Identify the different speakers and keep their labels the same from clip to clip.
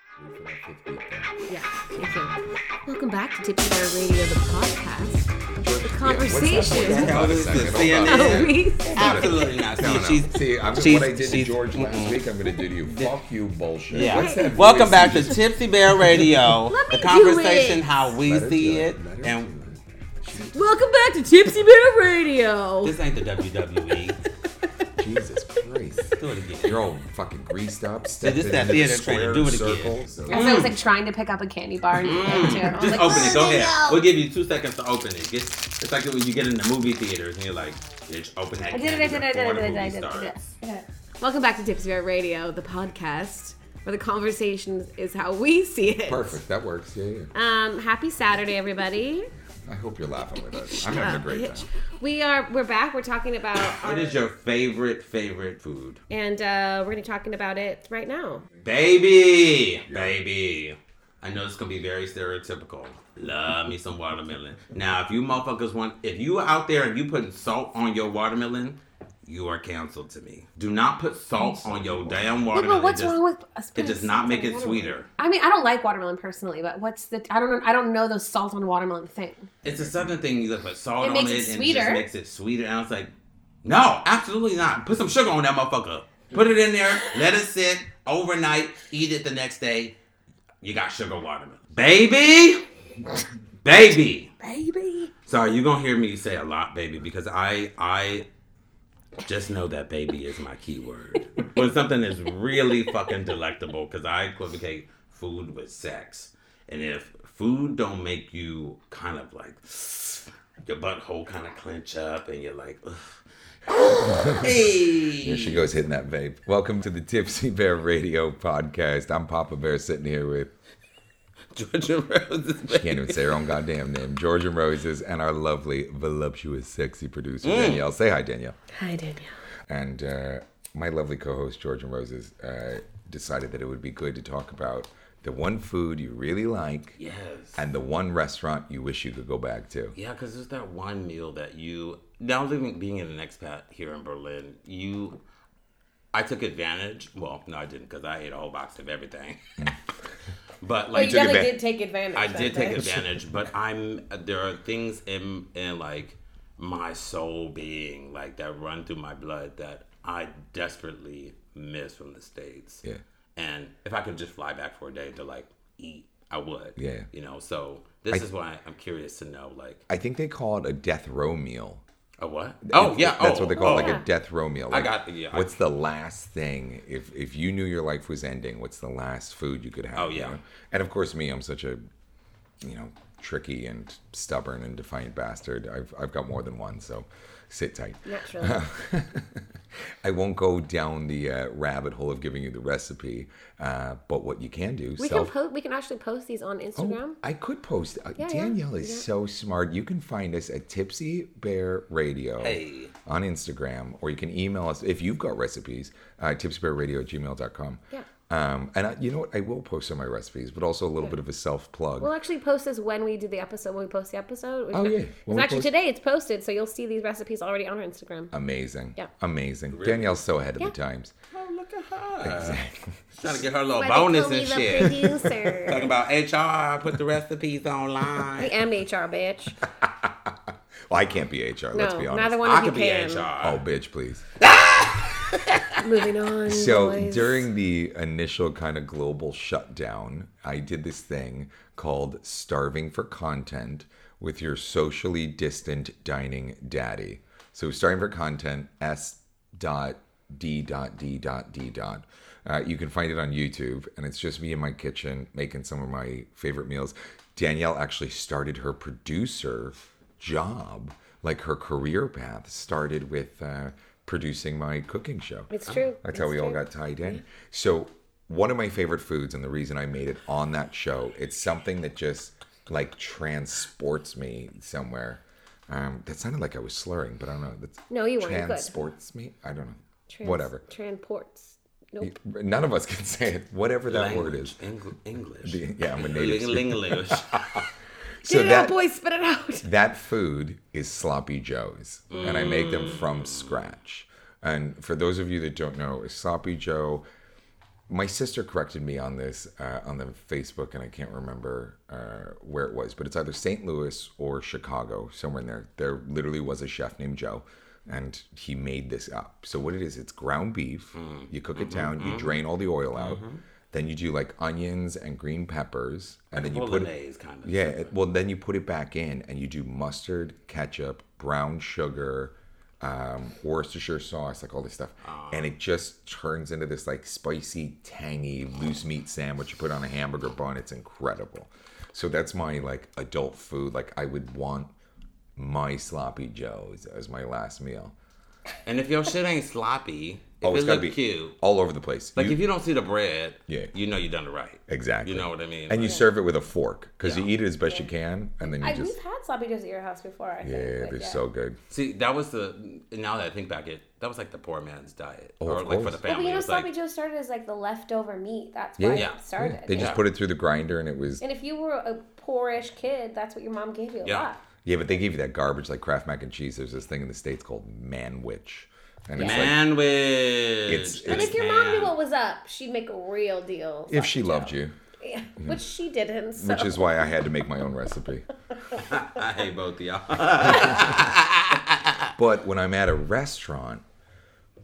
Speaker 1: for that fifth beat there.
Speaker 2: Yeah. Thank you. Welcome back to Tip Bear Radio, the podcast.
Speaker 1: George, yeah,
Speaker 2: conversation.
Speaker 1: What's that?
Speaker 3: Hell
Speaker 1: Hold on a
Speaker 3: is
Speaker 1: second,
Speaker 3: this,
Speaker 1: hold on a
Speaker 3: CNN?
Speaker 1: second.
Speaker 2: Oh, me?
Speaker 3: Absolutely not.
Speaker 1: No, no.
Speaker 3: See, she's,
Speaker 1: See, I'm,
Speaker 3: she's-
Speaker 1: what I did to
Speaker 3: she's-
Speaker 1: George last
Speaker 3: mm-mm.
Speaker 1: week, I'm going to do to you. Fuck you, bullshit. What's
Speaker 3: Yeah.
Speaker 1: that
Speaker 3: Welcome
Speaker 1: voice
Speaker 3: back
Speaker 1: you
Speaker 3: to Tipsy Bear Radio.
Speaker 2: Let
Speaker 3: the
Speaker 2: me do
Speaker 3: conversation,
Speaker 2: it.
Speaker 3: how we
Speaker 1: Let her
Speaker 3: see
Speaker 1: do
Speaker 3: it,
Speaker 1: Let her
Speaker 3: and
Speaker 1: do
Speaker 2: Welcome back to Tipsy Bear Radio.
Speaker 3: this ain't the WWE.
Speaker 1: it. Jesus Christ.
Speaker 3: Do it again.
Speaker 1: You're all fucking greased up.
Speaker 3: Dude, this
Speaker 1: stepping
Speaker 3: that
Speaker 1: into
Speaker 3: theater
Speaker 1: square
Speaker 3: training. Do it again.
Speaker 1: circles. So-
Speaker 2: As I was like trying to pick up a candy bar and eat it too. I was
Speaker 3: Just
Speaker 2: like,
Speaker 3: open it. Go
Speaker 2: "Oh,
Speaker 3: ahead.
Speaker 2: no."
Speaker 3: We'll give you two seconds to open it. It's, it's like when you get in the movie theaters and you're like, bitch, open that.
Speaker 2: I did it, I
Speaker 3: candy
Speaker 2: did it, I did
Speaker 3: before
Speaker 2: it, I
Speaker 3: the
Speaker 2: did it, I
Speaker 3: movie
Speaker 2: did it, I did it.
Speaker 3: starts.
Speaker 2: I did it. Welcome back to Tipsy Bear Radio, the podcast where the conversation is how we see it.
Speaker 1: Perfect. That works. Yeah, yeah.
Speaker 2: Um, happy Saturday, everybody. Uh,
Speaker 1: I hope you're laughing with us. I'm having a great time.
Speaker 2: We are we're back. We're talking about our,
Speaker 3: What is your favorite, favorite food?
Speaker 2: and uh, we're gonna be talking about it right now.
Speaker 3: Baby, baby. I know this is gonna be very stereotypical. Love me some watermelon. Now, if you motherfuckers want, if you are out there and you putting salt on your watermelon, you are canceled to me. Do not put salt on your damn
Speaker 2: Yeah,
Speaker 3: watermelon.
Speaker 2: but what's
Speaker 3: It just-
Speaker 2: wrong with us?
Speaker 3: It does not make it sweeter.
Speaker 2: I mean, I don't like watermelon personally, but what's the? I don't know. I don't know the salt on watermelon thing.
Speaker 3: It's a southern thing. You look, put salt
Speaker 2: It
Speaker 3: on
Speaker 2: makes it
Speaker 3: it, and it
Speaker 2: sweeter.
Speaker 3: just makes it sweeter. And I was like, no, absolutely not. Put some sugar on that motherfucker. Put it in there. let it sit overnight. Eat it the next day. You got sugar watermelon, baby, baby.
Speaker 2: Baby,
Speaker 3: Sorry, you're gonna hear me say a lot, baby, because I I just know that baby is my keyword. when something is really fucking delectable, because I equivocate food with sex. And if food don't make you kind of like your butthole kind of clench up and you're like, ugh.
Speaker 1: Here
Speaker 3: hey.
Speaker 1: she goes hitting that vape. Welcome to the Tipsy Bear Radio Podcast. I'm Papa Bear sitting here with
Speaker 3: Georgia Rose's
Speaker 1: can't
Speaker 3: baby.
Speaker 1: even say her own goddamn name, Georgia Roses, and our lovely, voluptuous, sexy producer Danielle. Say hi, Danielle.
Speaker 2: hi Danielle.
Speaker 1: And uh, my lovely co-host Georgia Roses uh, decided that it would be good to talk about the one food you really like
Speaker 3: Yes.
Speaker 1: and the one restaurant you wish you could go back to.
Speaker 3: Yeah, because there's that one meal that you now living being an expat here in Berlin, you I took advantage. Well, no, I didn't because I ate a whole box of everything.
Speaker 1: Mm.
Speaker 3: but like
Speaker 2: But you definitely
Speaker 1: advan-
Speaker 2: did take advantage.
Speaker 3: I
Speaker 2: of
Speaker 3: did
Speaker 2: it.
Speaker 3: take advantage, but I'm there are things in in like my soul being like that run through my blood that I desperately miss from the states.
Speaker 1: Yeah.
Speaker 3: And if I could just fly back for a day to like eat, I would.
Speaker 1: Yeah.
Speaker 3: You know, so this is why I'm curious to know like
Speaker 1: I think they call it a death row meal.
Speaker 3: a what? Oh
Speaker 1: It's-
Speaker 3: yeah,
Speaker 1: that's
Speaker 3: oh,
Speaker 1: what they call
Speaker 3: oh.
Speaker 1: like a death row meal. Like,
Speaker 3: got- yeah, I-
Speaker 1: what's the last thing if if you knew your life was ending? What's the last food you could have?
Speaker 3: Oh,
Speaker 1: you
Speaker 3: yeah.
Speaker 1: know? and of course me, I'm such a you know tricky and stubborn and defiant bastard. I've I've got more than one, so sit tight.
Speaker 2: Naturally.
Speaker 1: I won't go down the uh, rabbit hole of giving you the recipe, uh, but what you can do,
Speaker 2: We can
Speaker 1: self.
Speaker 2: post. We can actually post these
Speaker 1: Oh.
Speaker 2: on Instagram.
Speaker 1: I could post. Uh,
Speaker 2: Yeah, yeah,
Speaker 1: Danielle
Speaker 2: yeah.
Speaker 1: is so smart. You can find us at Tipsy Bear Radio
Speaker 3: Hey.
Speaker 1: on Instagram, or you can email us if you've got recipes, uh, tipsybearradio at gmail.com.
Speaker 2: Yeah.
Speaker 1: Um, and I, you know what? I will post some of my recipes, but also a little bit of a self plug.
Speaker 2: We'll actually post this when we do the episode. When we post the episode.
Speaker 1: Oh, yeah. When
Speaker 2: Well,
Speaker 1: we
Speaker 2: actually,
Speaker 1: post- Uh,
Speaker 2: today it's posted, so you'll see these recipes already on our Instagram.
Speaker 1: Amazing.
Speaker 2: Yeah.
Speaker 1: Amazing. Danielle's so ahead of
Speaker 2: Yeah.
Speaker 1: the times.
Speaker 3: Oh, look at her. Trying to get her little
Speaker 2: Why they call
Speaker 3: bonus
Speaker 2: me
Speaker 3: and
Speaker 2: the
Speaker 3: shit. Talking
Speaker 2: Producer.
Speaker 3: about HR, put the recipes online.
Speaker 2: I am HR bitch.
Speaker 1: Well, I can't be HR, let's
Speaker 2: no,
Speaker 1: be
Speaker 2: neither
Speaker 1: honest.
Speaker 2: one
Speaker 3: I
Speaker 2: of you
Speaker 3: could be
Speaker 2: can.
Speaker 3: HR.
Speaker 1: Oh, bitch, please.
Speaker 2: Moving on.
Speaker 1: So
Speaker 2: boys.
Speaker 1: during the initial kind of global shutdown, I did this thing called starving for content with your socially distant dining daddy. So starving for content s dot d dot d dot d dot. Uh, you can find it on YouTube, and it's just me in my kitchen making some of my favorite meals. Danielle actually started her producer job, like her career path, started with uh, producing my cooking show.
Speaker 2: It's true.
Speaker 1: That's how we all got tied in. So one of my favorite foods, and the reason I made it on that show, it's something that just like transports me somewhere. Um, that sounded like I was slurring, but I don't know. That's,
Speaker 2: No, you weren't. You're good.
Speaker 1: Transports me. I don't know.
Speaker 2: Trans-
Speaker 1: Whatever.
Speaker 2: Transports. Nope.
Speaker 1: None of us can say it. Whatever that Oh, word is.
Speaker 3: Eng- English.
Speaker 1: Yeah, I'm a native.
Speaker 3: Ling-
Speaker 1: speaker.
Speaker 3: English.
Speaker 1: So
Speaker 2: Spit it out,
Speaker 1: that
Speaker 2: boys. Spit it out.
Speaker 1: that food is sloppy joes and i make them from scratch and for those of you that don't know a sloppy joe my sister corrected me on this uh, on the Facebook, and I can't remember uh, where it was, but it's either St. Louis or Chicago, somewhere in there. There literally was a chef named Joe, and he made this up. So what it is, it's ground beef. You cook it down, you drain all the oil out, then you do like onions and green peppers, and then you put it,
Speaker 3: Bolognese kind of.
Speaker 1: yeah. it- Well, then you put it back in, and you do mustard, ketchup, brown sugar. Um, Worcestershire sauce, like all this stuff,
Speaker 3: Ah.
Speaker 1: and it just turns into this like spicy, tangy loose meat sandwich you put on a hamburger bun. It's incredible. So that's my like adult food. Like I would want my sloppy joes as my last meal.
Speaker 3: And if your shit ain't sloppy, if
Speaker 1: Oh,
Speaker 3: it
Speaker 1: it's gotta be
Speaker 3: look cute,
Speaker 1: all over the place.
Speaker 3: like
Speaker 1: You-
Speaker 3: if you don't see the bread,
Speaker 1: Yeah.
Speaker 3: you know you done it right.
Speaker 1: exactly.
Speaker 3: You know what I mean?
Speaker 1: And you
Speaker 3: Like,
Speaker 1: serve it with a fork because you eat it as best you can, and then you
Speaker 2: I,
Speaker 1: just
Speaker 2: we've had sloppy joes at your house before. I
Speaker 1: yeah,
Speaker 2: think. like,
Speaker 1: they're so good.
Speaker 3: see that was the now that I think back it that was like the poor man's diet
Speaker 1: Oh,
Speaker 3: or
Speaker 1: of
Speaker 3: like for
Speaker 1: course. Well,
Speaker 2: Well,
Speaker 3: the
Speaker 2: but
Speaker 3: family.
Speaker 2: you
Speaker 3: it
Speaker 2: know,
Speaker 3: was
Speaker 2: sloppy
Speaker 3: like,
Speaker 2: joe started as like the leftover meat. That's
Speaker 1: Yeah.
Speaker 2: why
Speaker 3: Yeah.
Speaker 2: it started.
Speaker 1: They just
Speaker 3: Yeah.
Speaker 1: put it through the grinder, and it was
Speaker 2: And if you were a poorish kid, that's what your mom gave you a
Speaker 3: Yeah.
Speaker 2: lot.
Speaker 1: yeah. But they give you that garbage like Kraft mac and cheese. There's this thing in the states called manwich, and it's like
Speaker 3: man
Speaker 1: It's-
Speaker 2: But
Speaker 1: It's
Speaker 2: if your mom knew what was up, she'd make a real deal.
Speaker 1: if she
Speaker 2: sloppy
Speaker 1: loved you, Mm-hmm.
Speaker 2: joe. Yeah. which she didn't. So.
Speaker 1: which is why I had to make my own recipe.
Speaker 3: I hate both of y'all.
Speaker 1: But when I'm at a restaurant,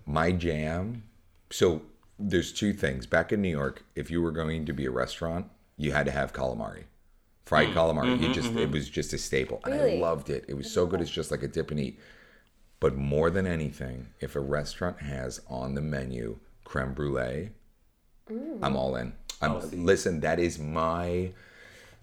Speaker 1: my jam. So there's two things. Back in New York, if you were going to be a restaurant, you had to have calamari, fried calamari. you just it was just a staple, and I
Speaker 2: Really?
Speaker 1: loved it. It was so good. It's just like a dip and eat. But more than anything, if a restaurant has on the menu creme brulee, I'm all in. I'm, listen, that is my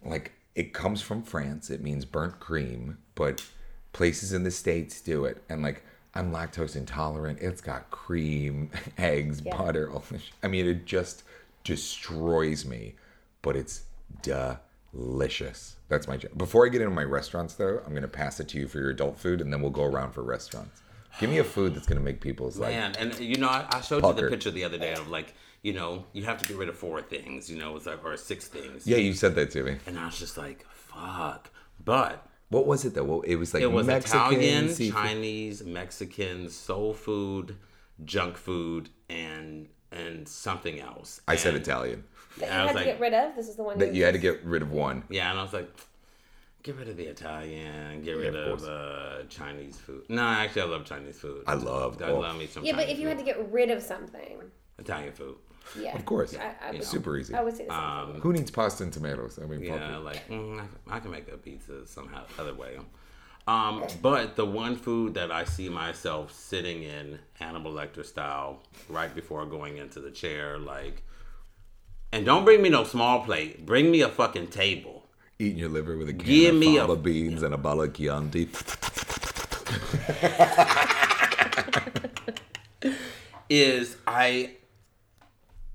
Speaker 1: like it comes from France. It means burnt cream, but places in the states do it. And like I'm lactose intolerant. It's got cream, eggs, butter. All this. I mean, it just destroys me, but it's delicious. That's my job. Before I get into my restaurants, though, I'm gonna pass it to you for your adult food, and then we'll go around for restaurants. Give me a food that's gonna make people's like
Speaker 3: Man, and you know, I, I showed you
Speaker 1: Pucker.
Speaker 3: the picture the other day of like, you know, you have to get rid of four things, you know, it's like or six things.
Speaker 1: yeah. You said that to me.
Speaker 3: And I was just like, fuck. But
Speaker 1: What was it though? Well, it was like
Speaker 3: it was
Speaker 1: Mexican,
Speaker 3: Italian,
Speaker 1: seafood.
Speaker 3: Chinese, Mexican, soul food, junk food, and and something else.
Speaker 1: I said
Speaker 3: And-
Speaker 1: Italian.
Speaker 2: that you
Speaker 3: I
Speaker 2: had
Speaker 3: was
Speaker 2: to
Speaker 3: like-
Speaker 2: get rid of. This is the one
Speaker 1: That you had to get rid of one.
Speaker 3: Yeah, and I was like, get rid of the Italian, get rid
Speaker 1: of
Speaker 3: of uh, Chinese food. No, actually, I love Chinese food.
Speaker 1: I love-
Speaker 3: I
Speaker 1: oh.
Speaker 3: love me some.
Speaker 2: Yeah, but
Speaker 3: Chinese
Speaker 2: if you had to
Speaker 3: food.
Speaker 2: get rid of something,
Speaker 3: Italian food,
Speaker 2: yeah,
Speaker 1: Of course.
Speaker 2: I, I, would,
Speaker 1: Super easy.
Speaker 2: I would say the same thing.
Speaker 3: Uh,
Speaker 1: Who needs pasta and tomatoes? I mean,
Speaker 3: yeah,
Speaker 1: fuck it.
Speaker 3: like mm, I, can- I can make a pizza somehow other way. Um, but the one food that I see myself sitting in Hannibal Lecter style right before going into the chair, like, and don't bring me no small plate. Bring me a fucking table.
Speaker 1: eating your liver with a can
Speaker 3: Give
Speaker 1: of
Speaker 3: me
Speaker 1: fava
Speaker 3: a-
Speaker 1: beans and a bottle of Chianti.
Speaker 3: is I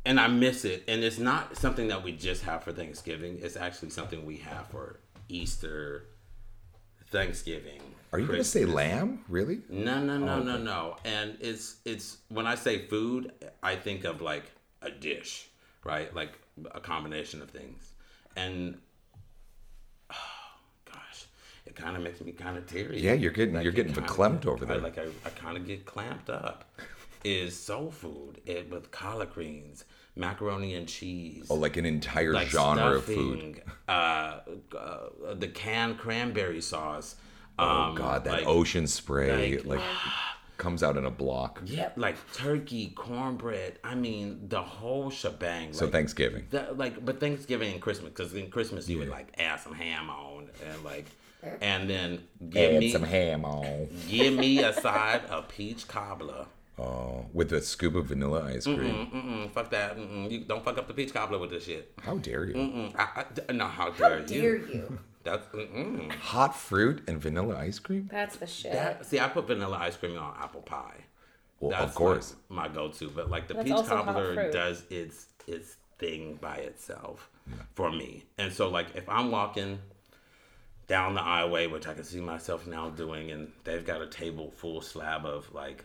Speaker 3: and I miss it. And it's not something that we just have for Thanksgiving. It's actually something we have for Easter, Thanksgiving.
Speaker 1: Are you going to say lamb? Really?
Speaker 3: No, no,
Speaker 1: Oh,
Speaker 3: no, no, no. And it's it's when I say food, I think of like a dish, right? Like a combination of things. And oh gosh, it kind of makes me kind of teary.
Speaker 1: Yeah, you're getting- you're
Speaker 3: it
Speaker 1: getting
Speaker 3: kinda-
Speaker 1: verklempt over
Speaker 3: I-
Speaker 1: there.
Speaker 3: Like I, I kind of get clamped up. Is soul food it, with collard greens, macaroni and cheese,
Speaker 1: Oh, like an entire genre of food.
Speaker 3: stuffing, uh, uh, the canned cranberry sauce. um,
Speaker 1: Oh, God, that
Speaker 3: like-
Speaker 1: ocean spray
Speaker 3: like-
Speaker 1: like, comes out in a block.
Speaker 3: Yeah, like turkey, cornbread. I mean, the whole shebang.
Speaker 1: So
Speaker 3: like,
Speaker 1: Thanksgiving.
Speaker 3: that- like, but Thanksgiving and Christmas, because in Christmas you would like add some ham on and like, and then give
Speaker 1: Add
Speaker 3: me
Speaker 1: some ham on.
Speaker 3: give me a side of peach cobbler.
Speaker 1: Oh, with a scoop of vanilla ice cream.
Speaker 3: Mm-mm, fuck that. Mm-mm. You don't fuck up the peach cobbler with this shit.
Speaker 1: How dare you?
Speaker 3: Mm, I, I d- no, how dare,
Speaker 4: Dear
Speaker 3: you?
Speaker 4: you.
Speaker 3: That's mm-mm.
Speaker 1: Hot fruit and vanilla ice cream?
Speaker 2: That's the shit.
Speaker 3: that. See, I put vanilla ice cream on apple pie.
Speaker 1: Well,
Speaker 3: That's
Speaker 1: of course.
Speaker 3: like, my go-to. But like the
Speaker 2: That's
Speaker 3: peach
Speaker 2: also hot
Speaker 3: cobbler
Speaker 2: fruit.
Speaker 3: does its its thing by itself for me. And so like if I'm walking down the highway, which I can see myself now doing, and they've got a table full slab of like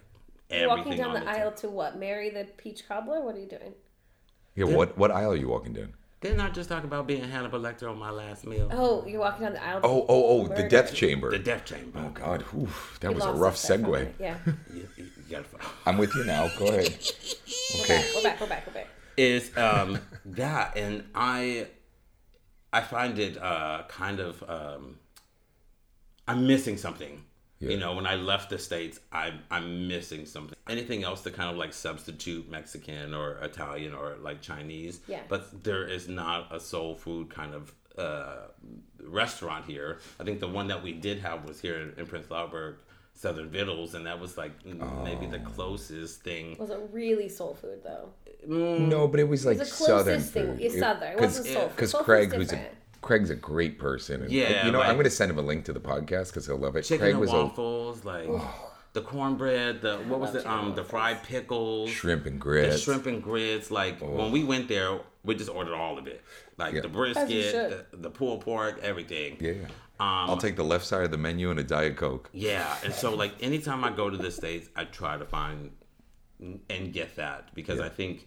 Speaker 2: You're
Speaker 3: everything
Speaker 2: walking down
Speaker 3: on
Speaker 2: the,
Speaker 3: the,
Speaker 2: aisle
Speaker 3: table.
Speaker 2: to what? Marry the peach cobbler? What are you doing?
Speaker 1: Yeah, what, what aisle are you walking down?
Speaker 3: Didn't I just talk about being Hannibal Lecter on my last meal?
Speaker 2: Oh, you're walking down the aisle. to
Speaker 1: Oh, oh, oh, the
Speaker 2: murder.
Speaker 1: death chamber.
Speaker 3: The death chamber.
Speaker 1: oh, God. oof, that
Speaker 2: You
Speaker 1: was a
Speaker 2: lost
Speaker 1: rough
Speaker 2: us there for a
Speaker 1: segue.
Speaker 2: minute. Yeah,
Speaker 3: You, you gotta,
Speaker 1: I'm with you now. Go ahead. Okay.
Speaker 2: we're back. We're back. We're back.
Speaker 3: is um yeah and i i find it uh kind of um i'm missing something
Speaker 1: Yeah.
Speaker 3: you know when i left the states i'm i'm missing something anything else to kind of like substitute mexican or italian or like chinese
Speaker 2: Yeah.
Speaker 3: but there is not a soul food kind of uh restaurant here i think the one that we did have was here in, in prince Albert, southern vittles and that was like m- maybe the closest thing
Speaker 2: Was it really soul food though?
Speaker 1: No, but it was like
Speaker 2: the closest
Speaker 1: southern
Speaker 2: thing.
Speaker 1: food.
Speaker 2: It's southern. It wasn't soul food.
Speaker 1: Because
Speaker 2: Soul food's
Speaker 1: Craig, who's a,
Speaker 2: different.
Speaker 1: Craig's a great person. And,
Speaker 3: Yeah,
Speaker 1: you know, I'm
Speaker 3: like-
Speaker 1: going to send him a link to the podcast because he'll love it.
Speaker 3: chicken
Speaker 1: Craig
Speaker 3: and
Speaker 1: was
Speaker 3: waffles, like the cornbread, the what was
Speaker 2: love
Speaker 3: it?
Speaker 2: chicken
Speaker 3: Um, the
Speaker 2: waffles.
Speaker 3: fried pickles,
Speaker 1: a shrimp and
Speaker 3: the
Speaker 1: grits.
Speaker 3: shrimp and grits. Like when we went there, we just ordered all of it, like
Speaker 1: Yeah.
Speaker 3: the
Speaker 2: you
Speaker 3: brisket,
Speaker 2: should.
Speaker 3: the, the pulled pork, everything.
Speaker 1: Yeah.
Speaker 2: Um,
Speaker 1: I'll take the left side of the menu and a Diet Coke.
Speaker 3: Yeah, and so like anytime I go to the states, I try to find and get that because I think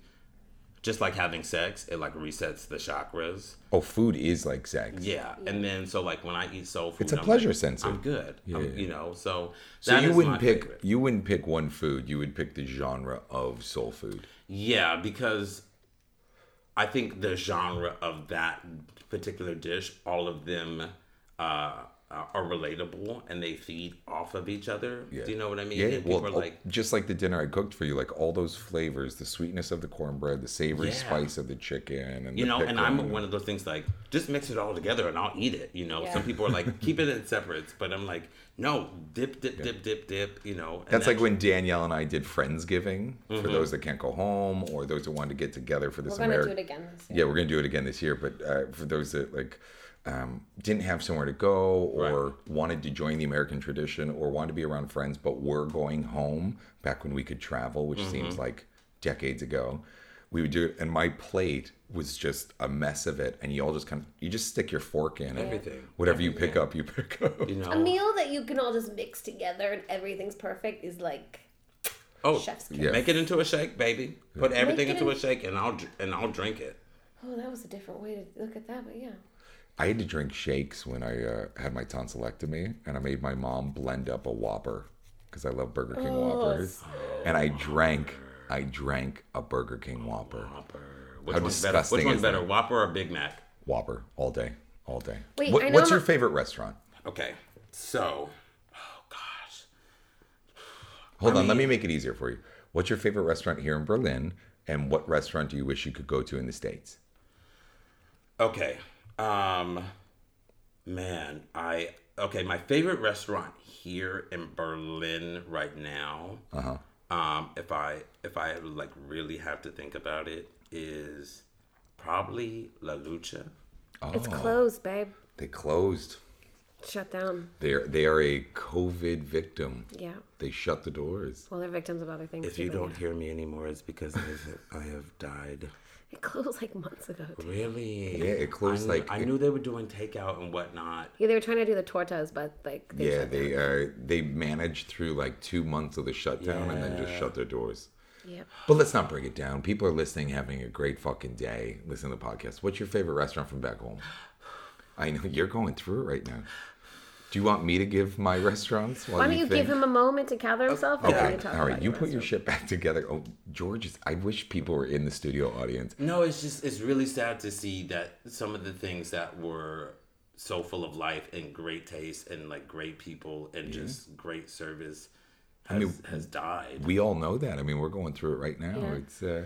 Speaker 3: just like having sex, it like resets the chakras.
Speaker 1: Oh, food is like sex.
Speaker 3: Yeah, and then so like when I eat soul food,
Speaker 1: It's a
Speaker 3: I'm
Speaker 1: pleasure
Speaker 3: like,
Speaker 1: sensor.
Speaker 3: I'm good. I'm-
Speaker 1: Yeah.
Speaker 3: you know, so
Speaker 1: So
Speaker 3: that
Speaker 1: you
Speaker 3: is my
Speaker 1: wouldn't pick
Speaker 3: favorite.
Speaker 1: you wouldn't pick one food. You would pick the genre of soul food.
Speaker 3: Yeah, because I think the genre of that particular dish, all of them uh, are are relatable and they feed off of each other. Do you know what I mean?
Speaker 1: Yeah,
Speaker 3: and
Speaker 1: well,
Speaker 3: people
Speaker 1: oh,
Speaker 3: are like,
Speaker 1: just like the dinner I cooked for you, like all those flavors, the sweetness of the cornbread, the savory
Speaker 3: Yeah.
Speaker 1: spice of the chicken, and
Speaker 3: you
Speaker 1: the
Speaker 3: know, and
Speaker 1: pickle
Speaker 3: I'm one of those things like, just mix it all together and I'll eat it. You know,
Speaker 2: Yeah.
Speaker 3: some people are like, keep it in separates, but I'm like, no, dip, dip, dip, dip, dip. You know, and
Speaker 1: That's like when Danielle and I did Friendsgiving
Speaker 3: Mm-hmm.
Speaker 1: for those that can't go home or those that wanted to get together for this
Speaker 2: We're gonna do
Speaker 1: American.
Speaker 2: it again this year.
Speaker 1: Yeah, we're gonna do it again this year. But uh, for those that like um, didn't have somewhere to go or wanted to join the American tradition or wanted to be around friends, but were going home back when we could travel,
Speaker 3: Mm-hmm.
Speaker 1: which seems like decades ago, we would do it. And my plate was just a mess of it, and you all just kind of you just stick your fork in it.
Speaker 3: Everything.
Speaker 1: Whatever you pick up, you pick up.
Speaker 3: you know,
Speaker 2: A meal that you can all just mix together and everything's perfect is like
Speaker 3: oh,
Speaker 2: chef's kiss.
Speaker 1: Yeah.
Speaker 3: make it into a shake, baby. Put everything
Speaker 2: it
Speaker 3: into a
Speaker 2: in-
Speaker 3: shake, and I'll dr- and I'll drink it.
Speaker 2: Oh, that was a different way to look at that, but yeah.
Speaker 1: I had to drink shakes when I uh, had my tonsillectomy, and I made my mom blend up a Whopper because I love Burger
Speaker 2: Oh,
Speaker 1: King Whoppers. And I drank, I drank a Burger King Whopper,
Speaker 3: Whopper. Which
Speaker 1: How
Speaker 3: one's better?
Speaker 1: disgusting
Speaker 3: Which one's
Speaker 1: is
Speaker 3: better,
Speaker 1: that?
Speaker 3: Whopper or Big Mac?
Speaker 1: Whopper all day, all day.
Speaker 2: Wait,
Speaker 1: What-
Speaker 2: I know
Speaker 1: what's your
Speaker 2: my-
Speaker 1: favorite restaurant?
Speaker 3: Okay, so, oh gosh,
Speaker 1: Hold on, let me make it easier for you. What's your favorite restaurant here in Berlin, and what restaurant do you wish you could go to in the states?
Speaker 3: okay, um, man, I okay. My favorite restaurant here in Berlin right now. Uh
Speaker 1: Uh-huh.
Speaker 3: huh. Um, if I if I like really have to think about it, is probably La Lucha.
Speaker 1: Oh.
Speaker 4: It's closed, babe.
Speaker 1: They closed.
Speaker 4: Shut down.
Speaker 1: They're they are a COVID victim.
Speaker 4: Yeah.
Speaker 1: They shut the doors.
Speaker 4: Well, they're victims of other things.
Speaker 3: If you
Speaker 4: too, but
Speaker 3: don't hear me anymore, it's because I have, I have died.
Speaker 4: yeah. it closed like months ago. Too.
Speaker 3: Really?
Speaker 1: Yeah, it closed,
Speaker 3: I knew-
Speaker 1: like,
Speaker 3: I
Speaker 1: it-
Speaker 3: knew they were doing takeout and whatnot.
Speaker 4: Yeah, they were trying to do the tortas, but like they
Speaker 1: yeah,
Speaker 4: shut
Speaker 1: they uh, they managed through like two months of the shutdown and then just shut their doors.
Speaker 4: down. Yep.
Speaker 1: But let's not break it down. People are listening, having a great fucking day. Listen to the podcast. What's your favorite restaurant from back home? I know you're going through it right now. Do you want me to give my restaurants? While
Speaker 4: Why don't you give him a moment to gather himself? and then we
Speaker 1: Okay,
Speaker 4: can talk
Speaker 1: all right.
Speaker 4: about
Speaker 1: You
Speaker 4: the
Speaker 1: put your
Speaker 4: rest
Speaker 1: shit back together. Oh, George is. I wish people were in the studio audience.
Speaker 3: No, it's just it's really sad to see that some of the things that were so full of life and great taste and like great people and just great service has, has died.
Speaker 1: We all know that. I mean, we're going through it right now. It's uh,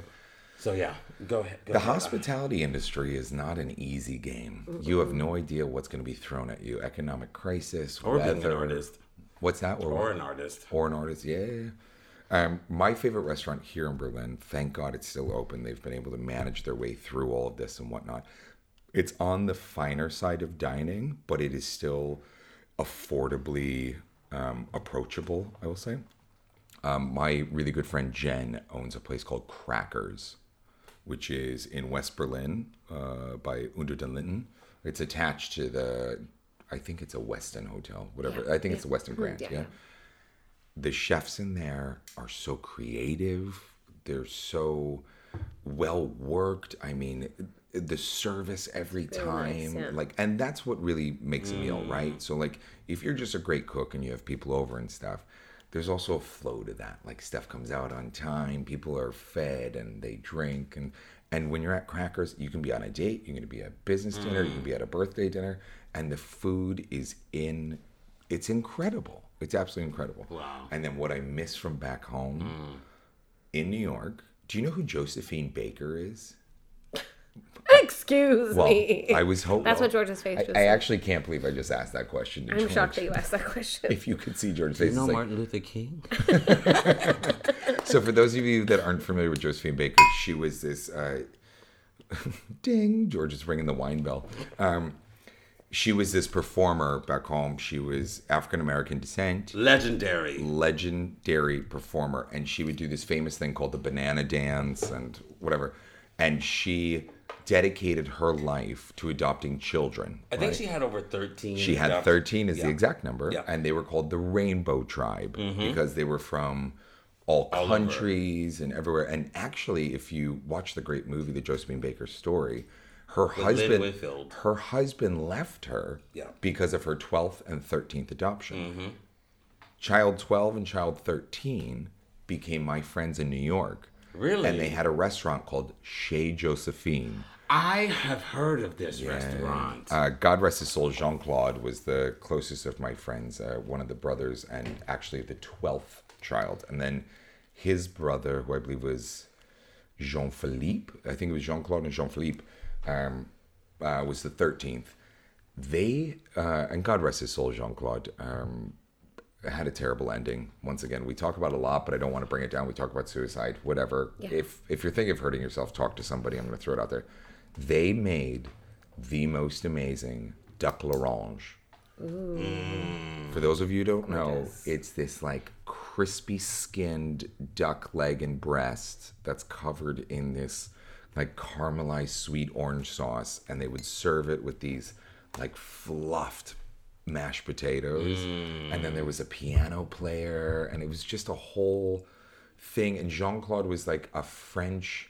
Speaker 3: So yeah, go ahead. Go
Speaker 1: the
Speaker 3: ahead.
Speaker 1: hospitality industry is not an easy game. You have no idea what's going to be thrown at you. Economic crisis,
Speaker 3: Or being an
Speaker 1: weather.
Speaker 3: artist.
Speaker 1: What's that? Or,
Speaker 3: or an artist.
Speaker 1: or an artist. Yeah. yeah, yeah. Um, my favorite restaurant here in Berlin, thank God it's still open. They've been able to manage their way through all of this and whatnot. It's on the finer side of dining, but it is still affordably um, approachable, I will say. Um, my really good friend Jen owns a place called Crackers, which is in West Berlin uh, by Unter den Linden. It's attached to the, I think it's a Weston Hotel, whatever. I think it's the Weston Grand.
Speaker 4: yeah.
Speaker 1: yeah the chefs in there are so creative. They're so well worked. I mean, the service every time,
Speaker 4: yeah.
Speaker 1: like, and that's what really makes a meal,
Speaker 4: Mm.
Speaker 1: right? So, like, if you're just a great cook and you have people over and stuff, there's also a flow to that. Like, stuff comes out on time, people are fed and they drink, and And when you're at Crackers, you can be on a date, you can be at a business dinner, you can
Speaker 4: Mm.
Speaker 1: be at a birthday dinner, and the food is in. It's incredible. It's absolutely incredible.
Speaker 3: Wow.
Speaker 1: And then what I miss from back home
Speaker 4: Mm.
Speaker 1: in New York. Do you know who Josephine Baker is?
Speaker 4: Excuse
Speaker 1: Well,
Speaker 4: me.
Speaker 1: I was hoping.
Speaker 4: That's what George's face
Speaker 1: I,
Speaker 4: just
Speaker 1: I
Speaker 4: said.
Speaker 1: actually can't believe I just asked that question. to
Speaker 4: I'm
Speaker 1: George.
Speaker 4: shocked that you asked that question.
Speaker 1: If you could see George's face, it's like-
Speaker 3: Luther King?
Speaker 1: so for those of you that aren't familiar with Josephine Baker, she was this uh, ding. George is ringing the wine bell. Um, she was this performer back home. She was African American descent,
Speaker 3: Legendary.
Speaker 1: legendary performer, and she would do this famous thing called the banana dance and whatever. And she dedicated her life to adopting children.
Speaker 3: I think she had over 13.
Speaker 1: She had
Speaker 3: adopted-
Speaker 1: 13 is
Speaker 3: Yeah.
Speaker 1: the exact number,
Speaker 3: Yeah. Mm-hmm.
Speaker 1: and they were called the Rainbow Tribe because they were from all
Speaker 3: over.
Speaker 1: countries and everywhere. And actually, if you watch the great movie, The Josephine Baker Story, her
Speaker 3: Lynn
Speaker 1: husband,
Speaker 3: Whitfield.
Speaker 1: her husband left her
Speaker 3: Yeah. Mm-hmm.
Speaker 1: because of her 12th and 13th adoption. Child 12 and child 13 became my friends in New York.
Speaker 3: Really?
Speaker 1: And they had a restaurant called Chez Josephine.
Speaker 3: I have heard of this restaurant.
Speaker 1: Uh, God rest his soul, Jean Claude was the closest of my friends, uh, one of the brothers, and actually the 12th child. And then his brother, who I believe was Jean Philippe, I think it was Jean Claude and Jean Philippe, um, uh, was the 13th. They, uh, and God rest his soul, Jean Claude, um, had a terrible ending. Once again, we talk about a lot, but I don't want to bring it down. We talk about suicide, whatever. If if you're thinking of hurting yourself, talk to somebody. I'm going to throw it out there. They made the most amazing duck l'orange. For those of you who don't know, it's this like crispy skinned duck leg and breast that's covered in this like caramelized sweet orange sauce, and they would serve it with these like fluffed mashed potatoes. And then there was a piano player, and it was just a whole thing. And Jean Claude was like a French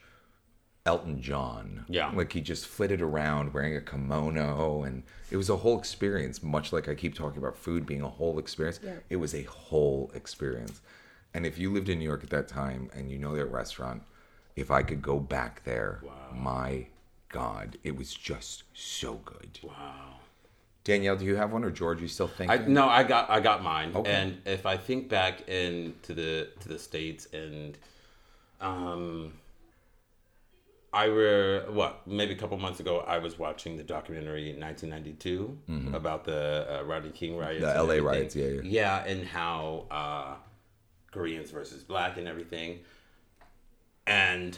Speaker 1: Elton John.
Speaker 3: Yeah.
Speaker 1: Like he just flitted around wearing a kimono and it was a whole experience, much like I keep talking about food being a whole experience. It was a whole experience. And if you lived in New York at that time and you know that restaurant, if I could go back there, my God, it was just so good.
Speaker 3: wow.
Speaker 1: Danielle, do you have one or George, you still think?
Speaker 3: I, no, I got I got mine.
Speaker 1: Okay.
Speaker 3: And if I think back in to the to the states and um I were what maybe a couple months ago I was watching the documentary 1992 about the uh, Rodney King riots,
Speaker 1: Mm-hmm. The
Speaker 3: and
Speaker 1: LA
Speaker 3: everything.
Speaker 1: riots, yeah, yeah.
Speaker 3: yeah, and how uh, Koreans versus Black and everything, and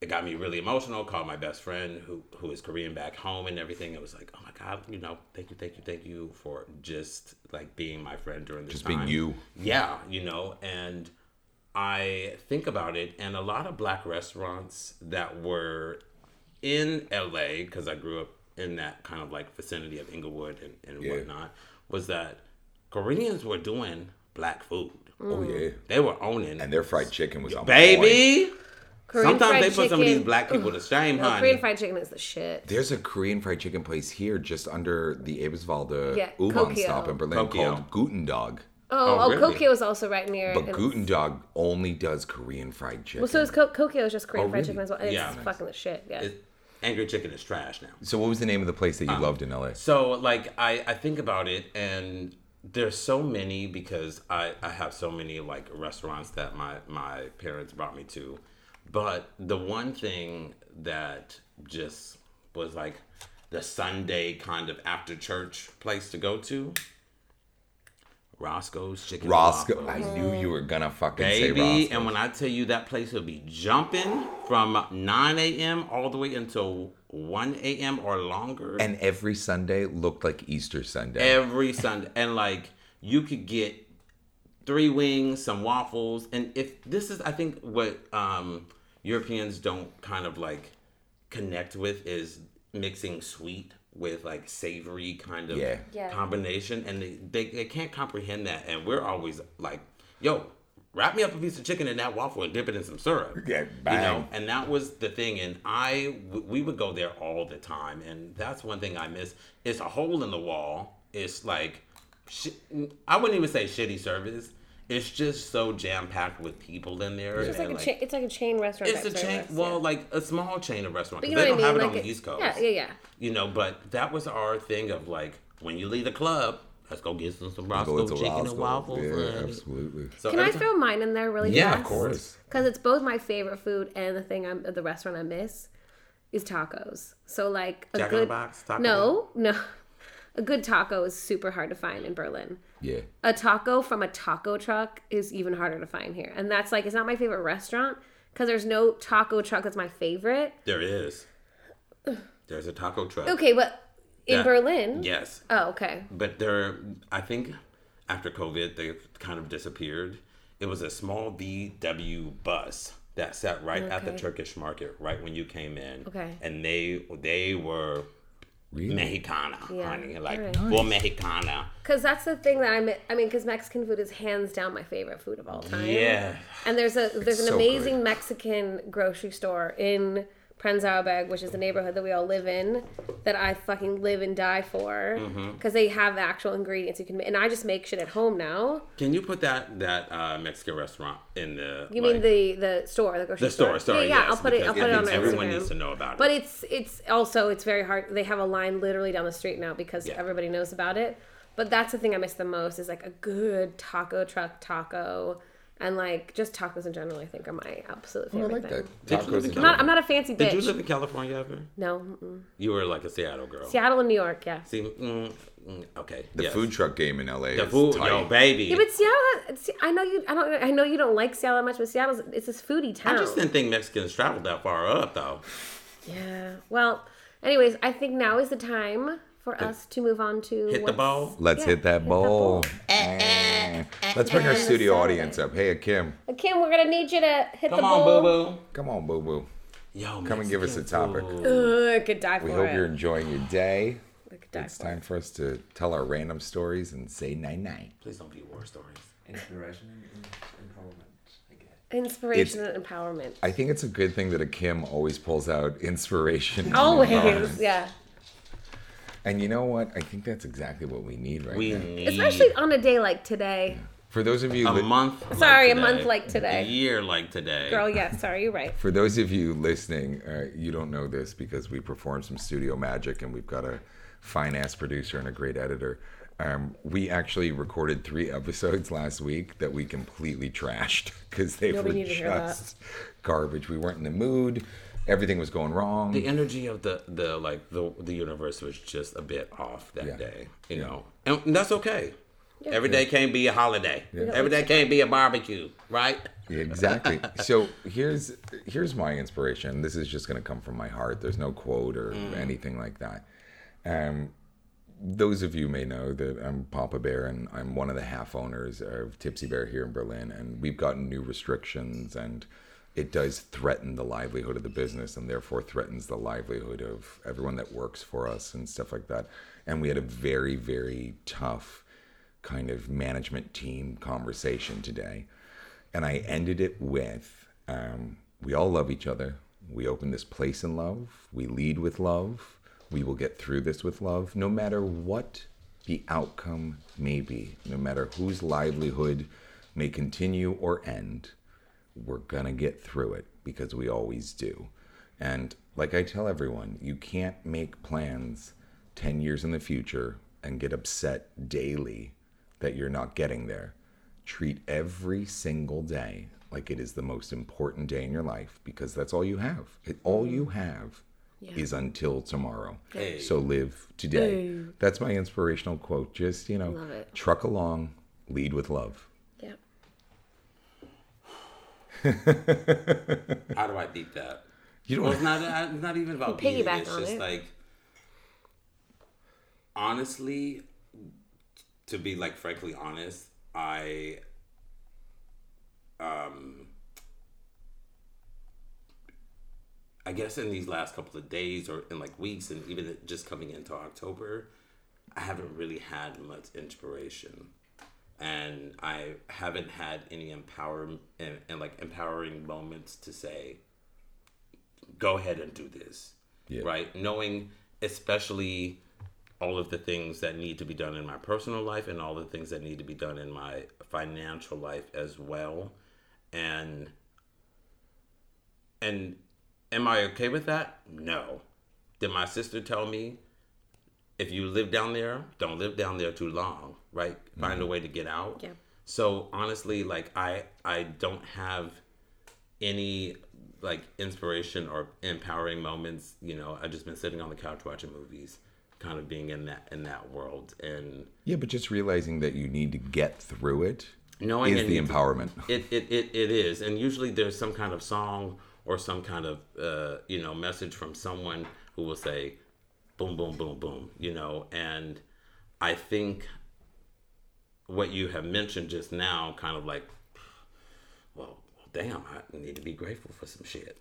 Speaker 3: it got me really emotional. Called my best friend who who is Korean back home and everything. It was like, oh my god, you know, thank you, thank you, thank you for just like being my friend during this
Speaker 1: Just being
Speaker 3: time.
Speaker 1: you.
Speaker 3: Yeah, you know, and I think about it, and a lot of black restaurants that were in LA, because I grew up in that kind of like vicinity of Inglewood and, and whatnot, was that Koreans were doing black food.
Speaker 1: Oh yeah.
Speaker 3: They were owning.
Speaker 1: And their fried chicken was on point.
Speaker 3: Baby!
Speaker 4: Korean
Speaker 3: Sometimes
Speaker 4: fried
Speaker 3: they put some of these
Speaker 4: chicken-
Speaker 3: black people to shame,
Speaker 4: No,
Speaker 3: honey.
Speaker 4: Korean fried chicken is the shit.
Speaker 1: There's a Korean fried chicken place here just under the Eberswalde
Speaker 4: Yeah,
Speaker 1: Ubon
Speaker 4: Kokyo.
Speaker 1: stop in Berlin
Speaker 3: Kokyo.
Speaker 1: called Guten Dog.
Speaker 4: Oh,
Speaker 3: Oh,
Speaker 4: oh,
Speaker 3: really?
Speaker 4: Kokyo is also right near it.
Speaker 1: But
Speaker 4: and
Speaker 1: Guten
Speaker 4: it's-
Speaker 1: Dog only does Korean fried chicken.
Speaker 4: Well, so is Ko- Kokyo is just Korean
Speaker 1: Oh,
Speaker 4: fried
Speaker 1: really?
Speaker 4: chicken as well. And
Speaker 3: Yeah.
Speaker 4: it's fucking the shit. Yeah.
Speaker 3: It- Angry chicken is trash now.
Speaker 1: So what was the name of the place
Speaker 3: Ah.
Speaker 1: that you loved in LA?
Speaker 3: So like I, I think about it and there's so many because I, I have so many like restaurants that my, my parents brought me to. But the one thing that just was like the Sunday kind of after church place to go to. Roscoe's chicken.
Speaker 1: Roscoe.
Speaker 3: Waffle.
Speaker 1: I knew you were gonna fucking say
Speaker 3: Baby,
Speaker 1: Roscoe.
Speaker 3: and when I tell you that place will be jumping from 9 a.m. all the way until 1 a.m. or longer.
Speaker 1: And every Sunday looked like Easter Sunday.
Speaker 3: every Sunday, and like you could get three wings, some waffles, and if this is, I think what um, Europeans don't kind of like connect with is mixing sweet with like savory kind of
Speaker 1: Yeah.
Speaker 2: Yeah.
Speaker 3: combination, and they, they they can't comprehend that, and we're always like, yo. Wrap me up a piece of chicken in that waffle and dip it in some syrup.
Speaker 1: Yeah,
Speaker 3: You know,
Speaker 1: bang.
Speaker 3: and that was the thing and i w- we would go there all the time and that's one thing i miss it's a hole in the wall it's like sh- i wouldn't even say shitty service it's just so jam packed with people in there.
Speaker 2: It's like,
Speaker 3: and,
Speaker 2: a cha- it's like a chain restaurant.
Speaker 3: it's a
Speaker 2: type
Speaker 3: chain.
Speaker 2: service,
Speaker 3: Well,
Speaker 2: yeah.
Speaker 3: like a small chain of restaurants.
Speaker 2: But
Speaker 3: 'cause
Speaker 2: you know
Speaker 3: they
Speaker 2: what
Speaker 3: don't
Speaker 2: I
Speaker 3: have
Speaker 2: mean?
Speaker 3: it
Speaker 2: Like
Speaker 3: on the
Speaker 2: it-
Speaker 3: East Coast.
Speaker 2: Yeah, yeah, yeah.
Speaker 3: You know, but that was our thing of like when you leave the club, let's go get some some Roscoe
Speaker 1: to
Speaker 3: chicken
Speaker 1: Roscoe.
Speaker 3: and waffles.
Speaker 1: Yeah,
Speaker 3: and-
Speaker 1: absolutely.
Speaker 3: So
Speaker 2: Can I
Speaker 3: every time-
Speaker 2: throw mine in there really
Speaker 3: Yeah,
Speaker 2: fast?
Speaker 3: of course.
Speaker 2: Because it's both my favorite food and the thing I'm the restaurant I miss is tacos. So like a
Speaker 3: Jack in
Speaker 2: good
Speaker 3: the Box taco.
Speaker 2: No, no. A good taco is super hard to find in Berlin.
Speaker 1: Yeah.
Speaker 2: A taco from a taco truck is even harder to find here. And that's like it's not my favorite restaurant because there's no taco truck that's my favorite.
Speaker 3: There is. There's a taco truck.
Speaker 2: Okay, but in
Speaker 3: Yeah.
Speaker 2: Berlin?
Speaker 3: Yes,
Speaker 2: Oh, okay.
Speaker 3: but there. I think after COVID, they kind of disappeared. It was a small VW bus that sat right at the
Speaker 2: Okay.
Speaker 3: Turkish market, right when you came in.
Speaker 2: Okay.
Speaker 3: And they they were
Speaker 1: Really?
Speaker 3: Mexicana,
Speaker 2: Yeah.
Speaker 3: honey, like
Speaker 2: Alright.
Speaker 3: full Mexicana.
Speaker 2: Because that's the thing that I'm. I mean, because Mexican food is hands down my favorite food of all time.
Speaker 3: Yeah.
Speaker 2: And there's a there's an
Speaker 1: so
Speaker 2: amazing
Speaker 1: good.
Speaker 2: Mexican grocery store in Prenzlauer Berg, which is the neighborhood that we all live in, that I fucking live and die for.
Speaker 3: Mm-hmm.
Speaker 2: Because they have the actual ingredients you can, ma- and I just make shit at home now.
Speaker 3: Can you put that that uh, Mexican restaurant in the?
Speaker 2: You
Speaker 3: like,
Speaker 2: mean the the store, the grocery
Speaker 3: the store? Sorry,
Speaker 2: yeah, yeah.
Speaker 3: yes,
Speaker 2: I'll put it. I'll
Speaker 3: because
Speaker 2: put it
Speaker 3: I
Speaker 2: on
Speaker 3: think
Speaker 2: my
Speaker 3: Everyone
Speaker 2: Instagram.
Speaker 3: needs to know about
Speaker 2: But
Speaker 3: it.
Speaker 2: it's it's also it's very hard. They have a line literally down the street now because
Speaker 3: Yeah.
Speaker 2: everybody knows about it. But that's the thing I miss the most is like a good taco truck taco, and like just tacos in general. I think are my absolute
Speaker 1: Oh, I
Speaker 2: favorite
Speaker 1: like
Speaker 2: thing.
Speaker 1: that.
Speaker 3: Did you
Speaker 1: Tacos
Speaker 3: look
Speaker 1: and
Speaker 3: at-
Speaker 2: I'm not, I'm not a fancy
Speaker 3: Did you
Speaker 2: bitch.
Speaker 3: live in California ever?
Speaker 2: no, mm-mm.
Speaker 3: You were like a Seattle girl.
Speaker 2: Seattle and New York, yeah.
Speaker 3: See, mm, mm, okay.
Speaker 1: The food truck game in LA.
Speaker 3: The
Speaker 1: is
Speaker 3: food,
Speaker 1: tight.
Speaker 3: yo, baby.
Speaker 2: Yeah, but Seattle. See, I know you. I don't. I know you don't like Seattle that much, but Seattle's it's this foodie town.
Speaker 3: I just didn't think Mexicans traveled that far up, though.
Speaker 2: yeah. Well, anyways, I think now is the time for us to move on to
Speaker 3: Hit the
Speaker 2: what's-
Speaker 3: ball.
Speaker 1: Let's
Speaker 2: Yeah,
Speaker 1: hit that bowl. Eh. Let's bring our
Speaker 2: eh.
Speaker 1: studio
Speaker 2: Saturday.
Speaker 1: audience up. Hey, Kim,
Speaker 2: Uh, Kim, we're gonna need you to hit the
Speaker 3: Come
Speaker 2: ball.
Speaker 3: on, boo boo.
Speaker 1: come on, boo boo.
Speaker 3: Yo,
Speaker 1: Come and give us a
Speaker 3: Mexican
Speaker 1: topic.
Speaker 3: food.
Speaker 2: Ugh, I could die for
Speaker 1: We hope
Speaker 2: it.
Speaker 1: you're enjoying your day.
Speaker 2: I could die
Speaker 1: It's
Speaker 2: for it.
Speaker 1: time for us to tell our random stories and say night night.
Speaker 3: Please don't be war stories.
Speaker 5: Inspiration and em- empowerment. I guess.
Speaker 2: Inspiration and empowerment.
Speaker 1: I think it's a good thing that a Kim always pulls out inspiration. and
Speaker 2: Always,
Speaker 1: empowerment.
Speaker 2: Oh, yeah.
Speaker 1: And you know what? I think that's exactly what we need right
Speaker 3: We
Speaker 1: now.
Speaker 3: need
Speaker 2: Especially on a day like today.
Speaker 1: For those of you
Speaker 3: a
Speaker 1: li-
Speaker 3: month. like
Speaker 2: Sorry, a
Speaker 3: today.
Speaker 2: month like today.
Speaker 3: A year like today.
Speaker 2: Girl, yeah, sorry, you're right.
Speaker 1: For those of you listening, uh, you don't know this because we perform some studio magic and we've got a fine ass producer and a great editor. Um, we actually recorded three episodes last week that we completely trashed because they
Speaker 2: Nobody
Speaker 1: were
Speaker 2: needed to hear that.
Speaker 1: just garbage. We weren't in the mood. Everything was going wrong.
Speaker 3: the energy of the the like the the universe was just a bit off that
Speaker 1: Yeah.
Speaker 3: day, you know, and that's okay. Every day can't be a holiday. Every day can't be a barbecue, right?
Speaker 1: exactly so here's here's my inspiration this is just going to come from my heart there's no quote or anything like that um those of you may know that I'm Papa Bear and I'm one of the half owners of Tipsy Bear here in Berlin and we've gotten new restrictions and it does threaten the livelihood of the business and therefore threatens the livelihood of everyone that works for us and stuff like that and we had a very very tough kind of management team conversation today and I ended it with um, We all love each other. We open this place in love. We lead with love. We will get through this with love, no matter what the outcome may be, no matter whose livelihood may continue or end. We're going to get through it because we always do. And like I tell everyone, you can't make plans 10 years in the future and get upset daily that you're not getting there. Treat every single day like it is the most important day in your life because that's all you have. It, all
Speaker 2: Mm-hmm.
Speaker 1: you have is until tomorrow. So live today. That's my inspirational quote. Just, you know,
Speaker 2: Love it.
Speaker 1: truck along, lead with love.
Speaker 2: Yeah.
Speaker 3: How do I beat that?
Speaker 1: You
Speaker 3: Well, it's
Speaker 1: don't
Speaker 3: not uh, it's not even about
Speaker 2: You
Speaker 3: beating.
Speaker 2: piggyback
Speaker 3: It's
Speaker 2: on
Speaker 3: just
Speaker 2: it.
Speaker 3: like honestly, to be like frankly honest, I um I guess in these last couple of days or in like weeks and even just coming into October, I haven't really had much inspiration. And I haven't had any empower and, and like empowering moments to say, go ahead and do this.
Speaker 1: Yeah.
Speaker 3: Right? Knowing especially all of the things that need to be done in my personal life and all the things that need to be done in my financial life as well. And and am I okay with that? No. Did my sister tell me if you live down there, don't live down there too long, right? Find a way to get out.
Speaker 2: Yeah.
Speaker 3: So honestly, like I I don't have any like inspiration or empowering moments. You know, I've just been sitting on the couch watching movies, kind of being in that in that world and
Speaker 1: Yeah, but just realizing that you need to get through it
Speaker 3: knowing
Speaker 1: is
Speaker 3: it
Speaker 1: the
Speaker 3: needs-
Speaker 1: empowerment.
Speaker 3: It, it, it, it is. And usually there's some kind of song or some kind of, uh, you know, message from someone who will say, boom, boom, boom, boom, you know. And I think what you have mentioned just now kind of like, well, damn, I need to be grateful for some shit.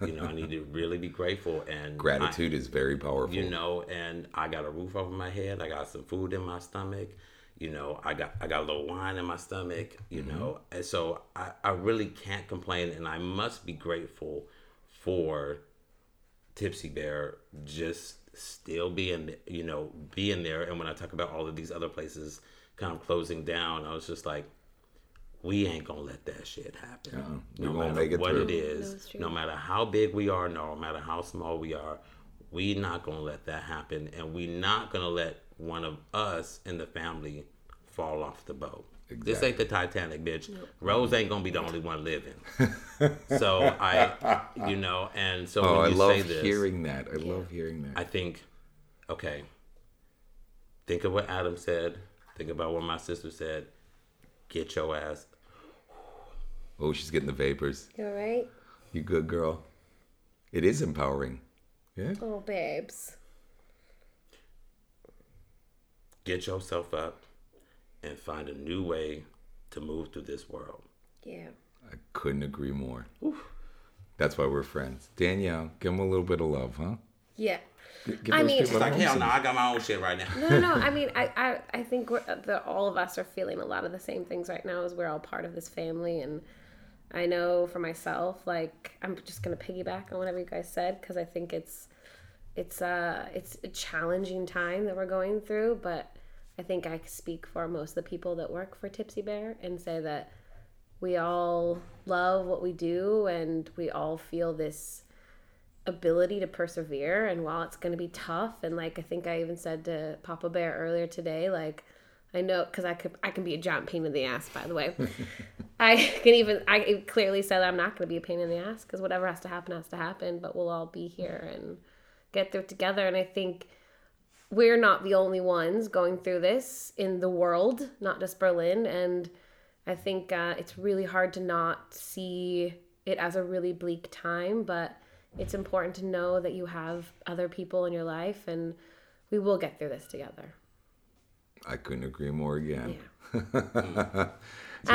Speaker 3: you know, I need to really be grateful. And I-
Speaker 1: Gratitude is very powerful.
Speaker 3: you know and i got a roof over my head i got some food in my stomach you know i got i got a little wine in my stomach you know and so I, I really can't complain and i must be grateful for tipsy bear just still being you know being there and when i talk about all of these other places kind of closing down i was just like we ain't gonna let that shit happen.
Speaker 1: Uh, we
Speaker 3: No
Speaker 1: gonna
Speaker 3: matter
Speaker 1: make it
Speaker 3: what
Speaker 1: through.
Speaker 3: it
Speaker 2: No, it's
Speaker 3: is,
Speaker 2: true.
Speaker 3: no matter how big we are, no matter how small we are, we not gonna let that happen, and we not gonna let one of us in the family fall off the boat. This ain't the Titanic, bitch. Rose ain't gonna be the only one living. so I, you know, and so
Speaker 1: oh,
Speaker 3: when
Speaker 1: I
Speaker 3: you say
Speaker 1: love
Speaker 3: this,
Speaker 1: hearing that. I love hearing that.
Speaker 3: I think, okay, think of what Adam said. Think about what my sister said. Get your ass
Speaker 1: oh, she's getting the vapors.
Speaker 2: You all right?
Speaker 1: You good girl. It is empowering. Yeah.
Speaker 2: Oh, babes.
Speaker 3: get yourself up and find a new way to move through this world.
Speaker 2: Yeah.
Speaker 1: I couldn't agree more. That's why we're friends. Danielle, give him a little bit of love, huh?
Speaker 2: Yeah.
Speaker 1: G- Give
Speaker 2: I
Speaker 1: those
Speaker 2: mean-
Speaker 1: people
Speaker 2: It's
Speaker 3: Like,
Speaker 1: a
Speaker 3: hell
Speaker 1: home
Speaker 3: no, I got my own shit right now.
Speaker 2: No, no, no. I mean, I, I, I think we're, uh, that all of us are feeling a lot of the same things right now as we're all part of this family. And I know for myself, like, I'm just going to piggyback on whatever you guys said because I think it's, it's, uh, it's a challenging time that we're going through. But I think I speak for most of the people that work for Tipsy Bear and say that we all love what we do and we all feel this ability to persevere and while it's going to be tough and like i think i even said to papa bear earlier today like i know because i could i can be a giant pain in the ass by the way i can even i clearly said i'm not going to be a pain in the ass because whatever has to happen has to happen but we'll all be here and get through it together and i think we're not the only ones going through this in the world not just berlin and i think uh, it's really hard to not see it as a really bleak time but it's important to know that you have other people in your life and we will get through this together.
Speaker 1: I couldn't agree more again.
Speaker 2: and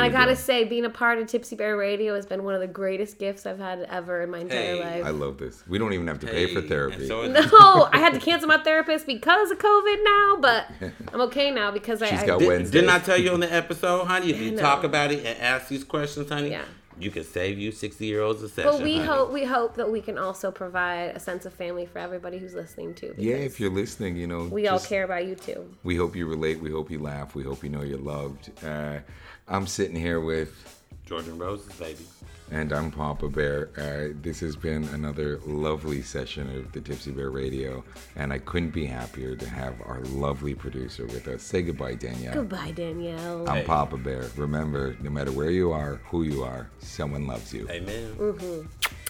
Speaker 2: I gotta say, being a part of Tipsy Bear Radio has been one of the greatest gifts I've had ever in my entire
Speaker 3: Hey,
Speaker 1: I
Speaker 2: life.
Speaker 1: love this. We don't even have to pay for
Speaker 3: Hey,
Speaker 1: therapy.
Speaker 3: and so it's-
Speaker 2: no, I had to cancel my therapist because of COVID now, but I'm okay now because I,
Speaker 1: She's
Speaker 2: I
Speaker 1: got
Speaker 2: did-
Speaker 1: Wednesday.
Speaker 3: Didn't I tell you on the episode, honey? If you
Speaker 2: know.
Speaker 3: talk about it and ask these questions, honey,
Speaker 2: Yeah.
Speaker 3: you can save you 60 year olds a session.
Speaker 2: But we
Speaker 3: honey.
Speaker 2: hope we hope that we can also provide a sense of family for everybody who's listening too.
Speaker 1: yeah,
Speaker 2: because
Speaker 1: if you're listening, you know,
Speaker 2: we all
Speaker 1: just-
Speaker 2: care about you too.
Speaker 1: We hope you relate. We hope you laugh. We hope you know you're loved. Uh, I'm sitting here with,
Speaker 3: Jordan Roses, baby.
Speaker 1: and I'm Papa Bear. Uh, this has been another lovely session of the Tipsy Bear Radio, and I couldn't be happier to have our lovely producer with us. Say goodbye, Danielle.
Speaker 2: Goodbye, Danielle.
Speaker 1: I'm Papa Bear. Remember, no matter where you are, who you are, someone loves you.
Speaker 3: Amen.
Speaker 2: mm-hmm.